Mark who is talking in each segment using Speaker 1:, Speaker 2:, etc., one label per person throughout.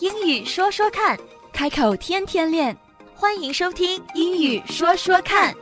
Speaker 1: 英语说说看，
Speaker 2: 开口天天练，
Speaker 1: 欢迎收听《英语说说看》。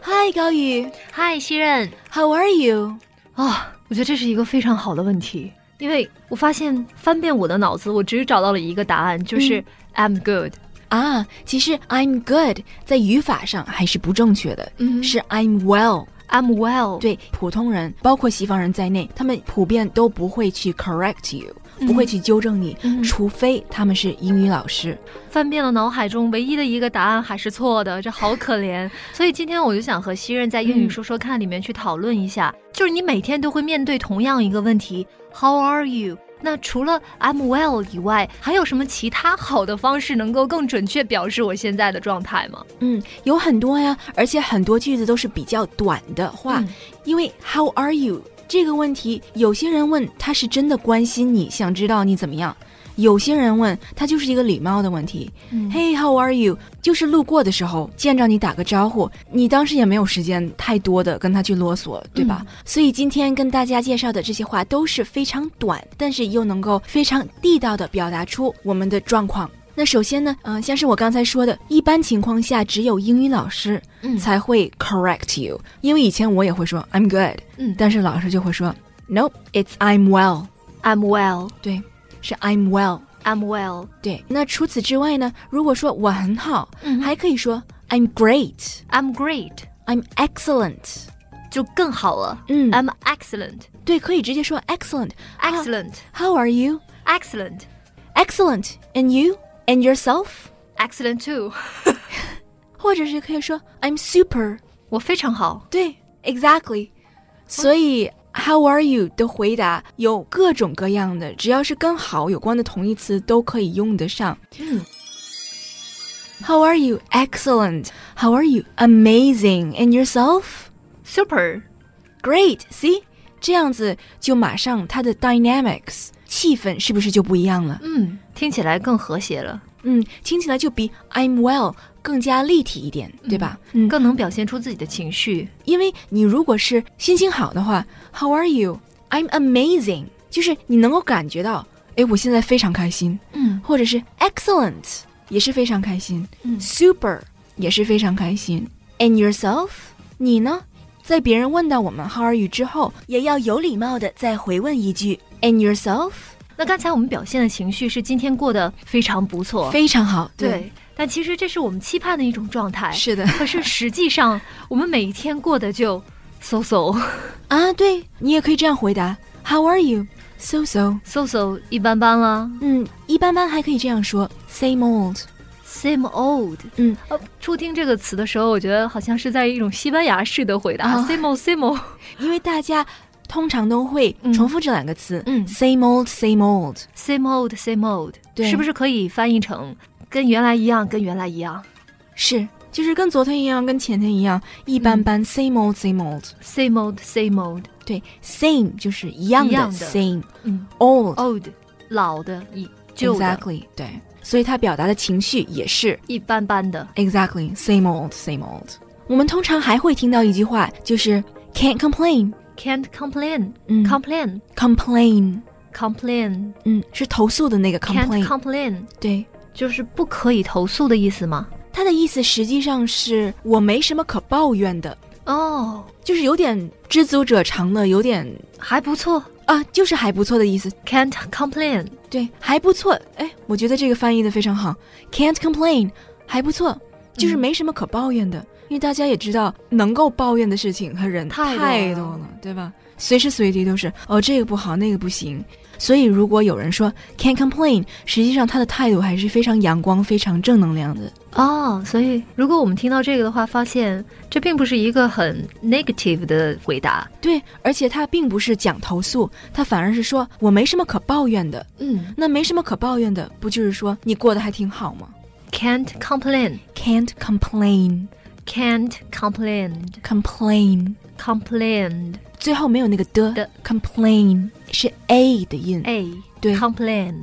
Speaker 2: 嗨，高宇
Speaker 3: 嗨，西任
Speaker 2: ，How are you？
Speaker 3: 啊、我觉得这是一个非常好的问题，因为我发现翻遍我的脑子，我只找到了一个答案，就是、I'm good。
Speaker 2: 啊，其实 I'm good 在语法上还是不正确的，
Speaker 3: 嗯
Speaker 2: 是 I'm well。
Speaker 3: I'm well。，
Speaker 2: 对普通人，包括西方人在内，他们普遍都不会去 correct you，、不会去纠正你，
Speaker 3: 嗯
Speaker 2: 除非他们是英语老师。
Speaker 3: 翻遍了脑海中唯一的一个答案还是错的，这好可怜。 所以今天我就想和西任在英语说说看里面去讨论一下，就是你每天都会面对同样一个问题，How are you？那除了 I'm well 以外，还有什么其他好的方式能够更准确表示我现在的状态吗？
Speaker 2: 嗯，有很多呀，而且很多句子都是比较短的话，
Speaker 3: 嗯
Speaker 2: 因为 How are you 这个问题，有些人问他是真的关心你，想知道你怎么样；有些人问他就是一个礼貌的问题。
Speaker 3: 嗯
Speaker 2: Hey, how are you？就是路过的时候见着你打个招呼，你当时也没有时间太多的跟他去啰嗦，对吧？所以今天跟大家介绍的这些话都是非常短，但是又能够非常地道的表达出我们的状况。那首先呢，嗯、像是我刚才说的，一般情况下只有英语老师
Speaker 3: 嗯
Speaker 2: 才会 correct you，、因为以前我也会说 I'm good，
Speaker 3: 嗯
Speaker 2: 但是老师就会说 Nope，it's I'm well，
Speaker 3: ，I'm well。
Speaker 2: 对，是 I'm well。
Speaker 3: I'm well，
Speaker 2: 对，那除此之外呢？如果说我很好，
Speaker 3: 嗯
Speaker 2: 还可以说 I'm great,
Speaker 3: I'm great，
Speaker 2: I'm excellent。
Speaker 3: 就更好了。
Speaker 2: 嗯
Speaker 3: I'm excellent，excellent，excellent，excellent
Speaker 2: 对，可以直接说 excellent。How
Speaker 3: 啊
Speaker 2: are you?
Speaker 3: excellent
Speaker 2: Excellent. And you? And yourself?
Speaker 3: excellent too。
Speaker 2: 或者是可以说 I'm super。
Speaker 3: 我非常好。
Speaker 2: 对，exactly。所以 How are you 的回答有各种各样的，只要是跟好有关的同义词都可以用得上。
Speaker 3: 嗯
Speaker 2: How are you? Excellent. How are you? Amazing. And yourself?
Speaker 3: ，super。
Speaker 2: Great, see，这样子就马上它的 dynamics 气氛是不是就不一样了？
Speaker 3: 嗯，听起来更和谐了，
Speaker 2: 嗯，听起来就比 I'm well 更加立体一点，对吧？嗯，
Speaker 3: 更能表现出自己的情绪。
Speaker 2: 因为你如果是心情好的话，How are you? I'm amazing，就是你能够感觉到，哎，我现在非常开心，
Speaker 3: 嗯
Speaker 2: 或者是 excellent 也是非常开心，
Speaker 3: 嗯
Speaker 2: super 也是非常开心。And yourself，你呢？在别人问到我们 How are you 之后，也要有礼貌的再回问一句 And yourself，
Speaker 3: 那刚才我们表现的情绪是今天过得非常不错。
Speaker 2: 非常好，
Speaker 3: 对，但其实这是我们期盼的一种状态。
Speaker 2: 是 的
Speaker 3: 可是实际上，我们每一天过得就 so so
Speaker 2: 啊，对你也可以这样回答 How are you？So so，
Speaker 3: so so 一般般啦
Speaker 2: 嗯，一般般，还可以这样说 Same old，
Speaker 3: ，same old。
Speaker 2: 嗯，
Speaker 3: 呃，初听这个词的时候，我觉得好像是在一种西班牙式的回答、
Speaker 2: 啊
Speaker 3: s a m e old same old。
Speaker 2: 因为大家通常都会
Speaker 3: 嗯
Speaker 2: 重复这两个词，
Speaker 3: 嗯
Speaker 2: ，Same old，Same old，
Speaker 3: same old same old，
Speaker 2: 对
Speaker 3: 是不是可以翻译成跟原来一样，跟原来一样
Speaker 2: 是，就是跟昨天一样，跟前天一样，一般般、s
Speaker 3: 嗯
Speaker 2: a m e old same old。
Speaker 3: same old same old，
Speaker 2: 对，same 就是一样的
Speaker 3: 一样的
Speaker 2: s a m e
Speaker 3: 嗯
Speaker 2: old
Speaker 3: ，old 老的以旧的
Speaker 2: exactly 对，所以它表达的情绪也是
Speaker 3: 一般般的，
Speaker 2: exactly same old same old。我们通常还会听到一句话，就是 can't complain，
Speaker 3: can't complain
Speaker 2: 嗯
Speaker 3: complain
Speaker 2: complain，
Speaker 3: complain
Speaker 2: 嗯，是投诉的那个
Speaker 3: can't
Speaker 2: complain，
Speaker 3: complain
Speaker 2: 对。
Speaker 3: 就是不可以投诉的意思吗？
Speaker 2: 它的意思实际上是我没什么可抱怨的，
Speaker 3: 哦，
Speaker 2: 就是有点知足者常乐，有点
Speaker 3: 还不错
Speaker 2: 啊，就是还不错的意思。
Speaker 3: ，can't complain
Speaker 2: 对，还不错。哎，我觉得这个翻译的非常好，can't complain，还不错，就是
Speaker 3: 嗯
Speaker 2: 没什么可抱怨的。因为大家也知道，能够抱怨的事情和人
Speaker 3: 太
Speaker 2: 太
Speaker 3: 多了
Speaker 2: 多了，对吧？随时随地都是哦，这个不好，那个不行。所以，如果有人说 can't complain，实际上他的态度还是非常阳光、非常正能量的。
Speaker 3: 哦，所以如果我们听到这个的话，发现这并不是一个很 negative 的回答，
Speaker 2: 对，而且他并不是讲投诉，他反而是说我没什么可抱怨的。
Speaker 3: 嗯
Speaker 2: 那没什么可抱怨的，不就是说你过得还挺好吗
Speaker 3: ，can't complain
Speaker 2: ？Can't complain。
Speaker 3: can't complain
Speaker 2: complain，
Speaker 3: complained
Speaker 2: 最后没有那个的
Speaker 3: 的
Speaker 2: complain 是 a 的音
Speaker 3: a
Speaker 2: 对
Speaker 3: complain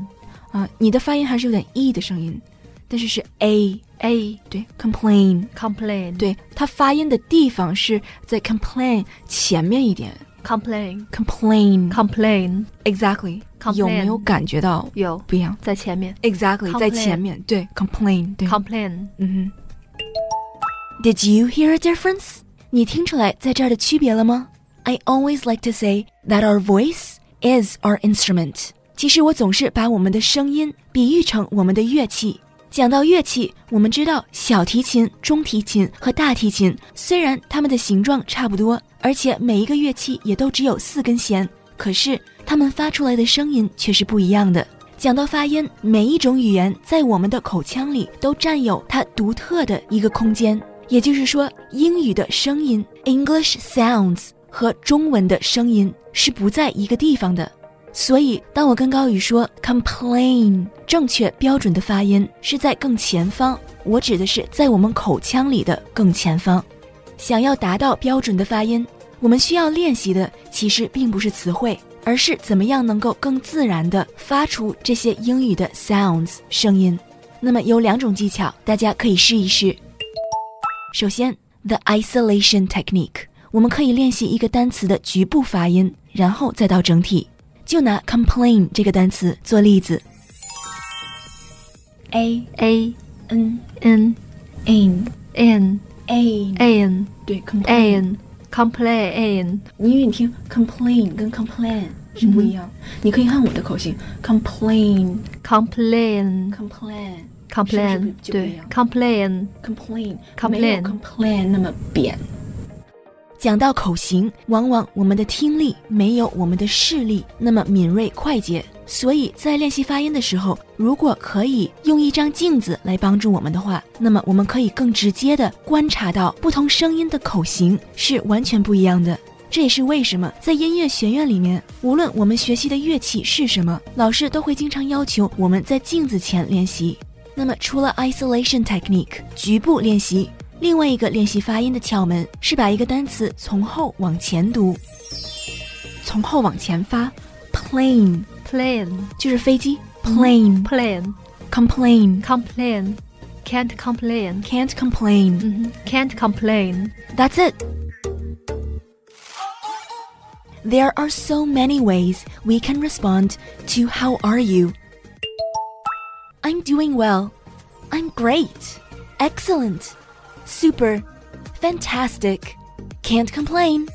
Speaker 2: 啊，你的发音还是有点 e 的声音，但是是 a
Speaker 3: a
Speaker 2: 对 complain，
Speaker 3: complain
Speaker 2: 对它发音的地方是在 complain 前面一点，
Speaker 3: complain
Speaker 2: complain
Speaker 3: complain
Speaker 2: exactly 有没有
Speaker 3: Complain
Speaker 2: 感觉到
Speaker 3: 有
Speaker 2: 不一样
Speaker 3: 在前面
Speaker 2: ？exactly 在前面对 complain 对
Speaker 3: complain
Speaker 2: 嗯哼。Did you hear a difference？你听出来在这儿的区别了吗？I always like to say that our voice is our instrument。其实我总是把我们的声音比喻成我们的乐器。讲到乐器，我们知道小提琴、中提琴和大提琴，虽然它们的形状差不多，而且每一个乐器也都只有四根弦，可是它们发出来的声音却是不一样的。讲到发音，每一种语言在我们的口腔里都占有它独特的一个空间。也就是说，英语的声音 （English sounds） 和中文的声音是不在一个地方的。所以，当我跟高宇说 “complain”，正确标准的发音是在更前方，我指的是在我们口腔里的更前方。想要达到标准的发音，我们需要练习的其实并不是词汇，而是怎么样能够更自然地发出这些英语的 sounds 声音。那么有两种技巧，大家可以试一试。首先，the isolation technique，我们可以练习一个单词的局部发音，然后再到整体。就拿 complain 这个单词做例子，
Speaker 4: a
Speaker 3: a
Speaker 4: n
Speaker 3: n
Speaker 4: n
Speaker 3: n
Speaker 4: a
Speaker 3: n
Speaker 4: 对 complain，
Speaker 3: n complain
Speaker 4: 因为你听 complain 跟 complain 是不一样，
Speaker 3: 嗯
Speaker 4: 你可以看我的口型 complain
Speaker 3: complain
Speaker 4: complain 是
Speaker 3: complain
Speaker 4: 不是就不一
Speaker 3: 对
Speaker 4: 样
Speaker 3: complain
Speaker 4: complain
Speaker 3: Complain
Speaker 4: 没有 complain 那么扁，
Speaker 2: 讲到口型，往往我们的听力没有我们的视力那么敏锐快捷，所以在练习发音的时候，如果可以用一张镜子来帮助我们的话，那么我们可以更直接的观察到不同声音的口型是完全不一样的。这也是为什么在音乐学院里面，无论我们学习的乐器是什么，老师都会经常要求我们在镜子前练习。那么除了 isolation technique 局部练习，另外一个练习发音的窍门是把一个单词从后往前读，从后往前发。plane
Speaker 3: plan
Speaker 2: 就是飞机，plane
Speaker 3: plan
Speaker 2: complain
Speaker 3: complain can't complain
Speaker 2: can't complain
Speaker 3: 嗯哼 can't complain
Speaker 2: that's it. There are so many ways we can respond to how are you? I'm doing well. I'm great. Excellent. Super. Fantastic. Can't complain.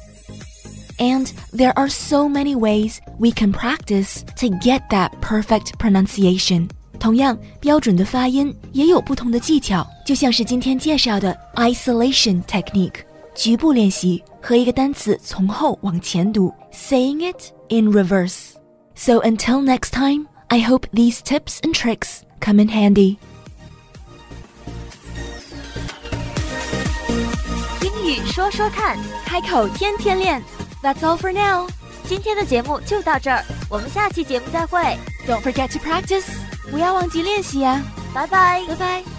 Speaker 2: And there are so many ways we can practice to get that perfect pronunciation. 同样，标准的发音也有不同的技巧，就像是今天介绍的 isolation technique 局部练习和一个单词从后往前读，saying it in reverse。So until next time, I hope these tips and tricks come in handy.
Speaker 1: 英语说说看，
Speaker 2: 开口天天练，That's all for now.
Speaker 1: 今天的节目就到这儿，我们下期节目再会，
Speaker 2: Don't forget to practice. 不要忘记练习呀、
Speaker 1: 啊拜拜。
Speaker 2: 拜拜。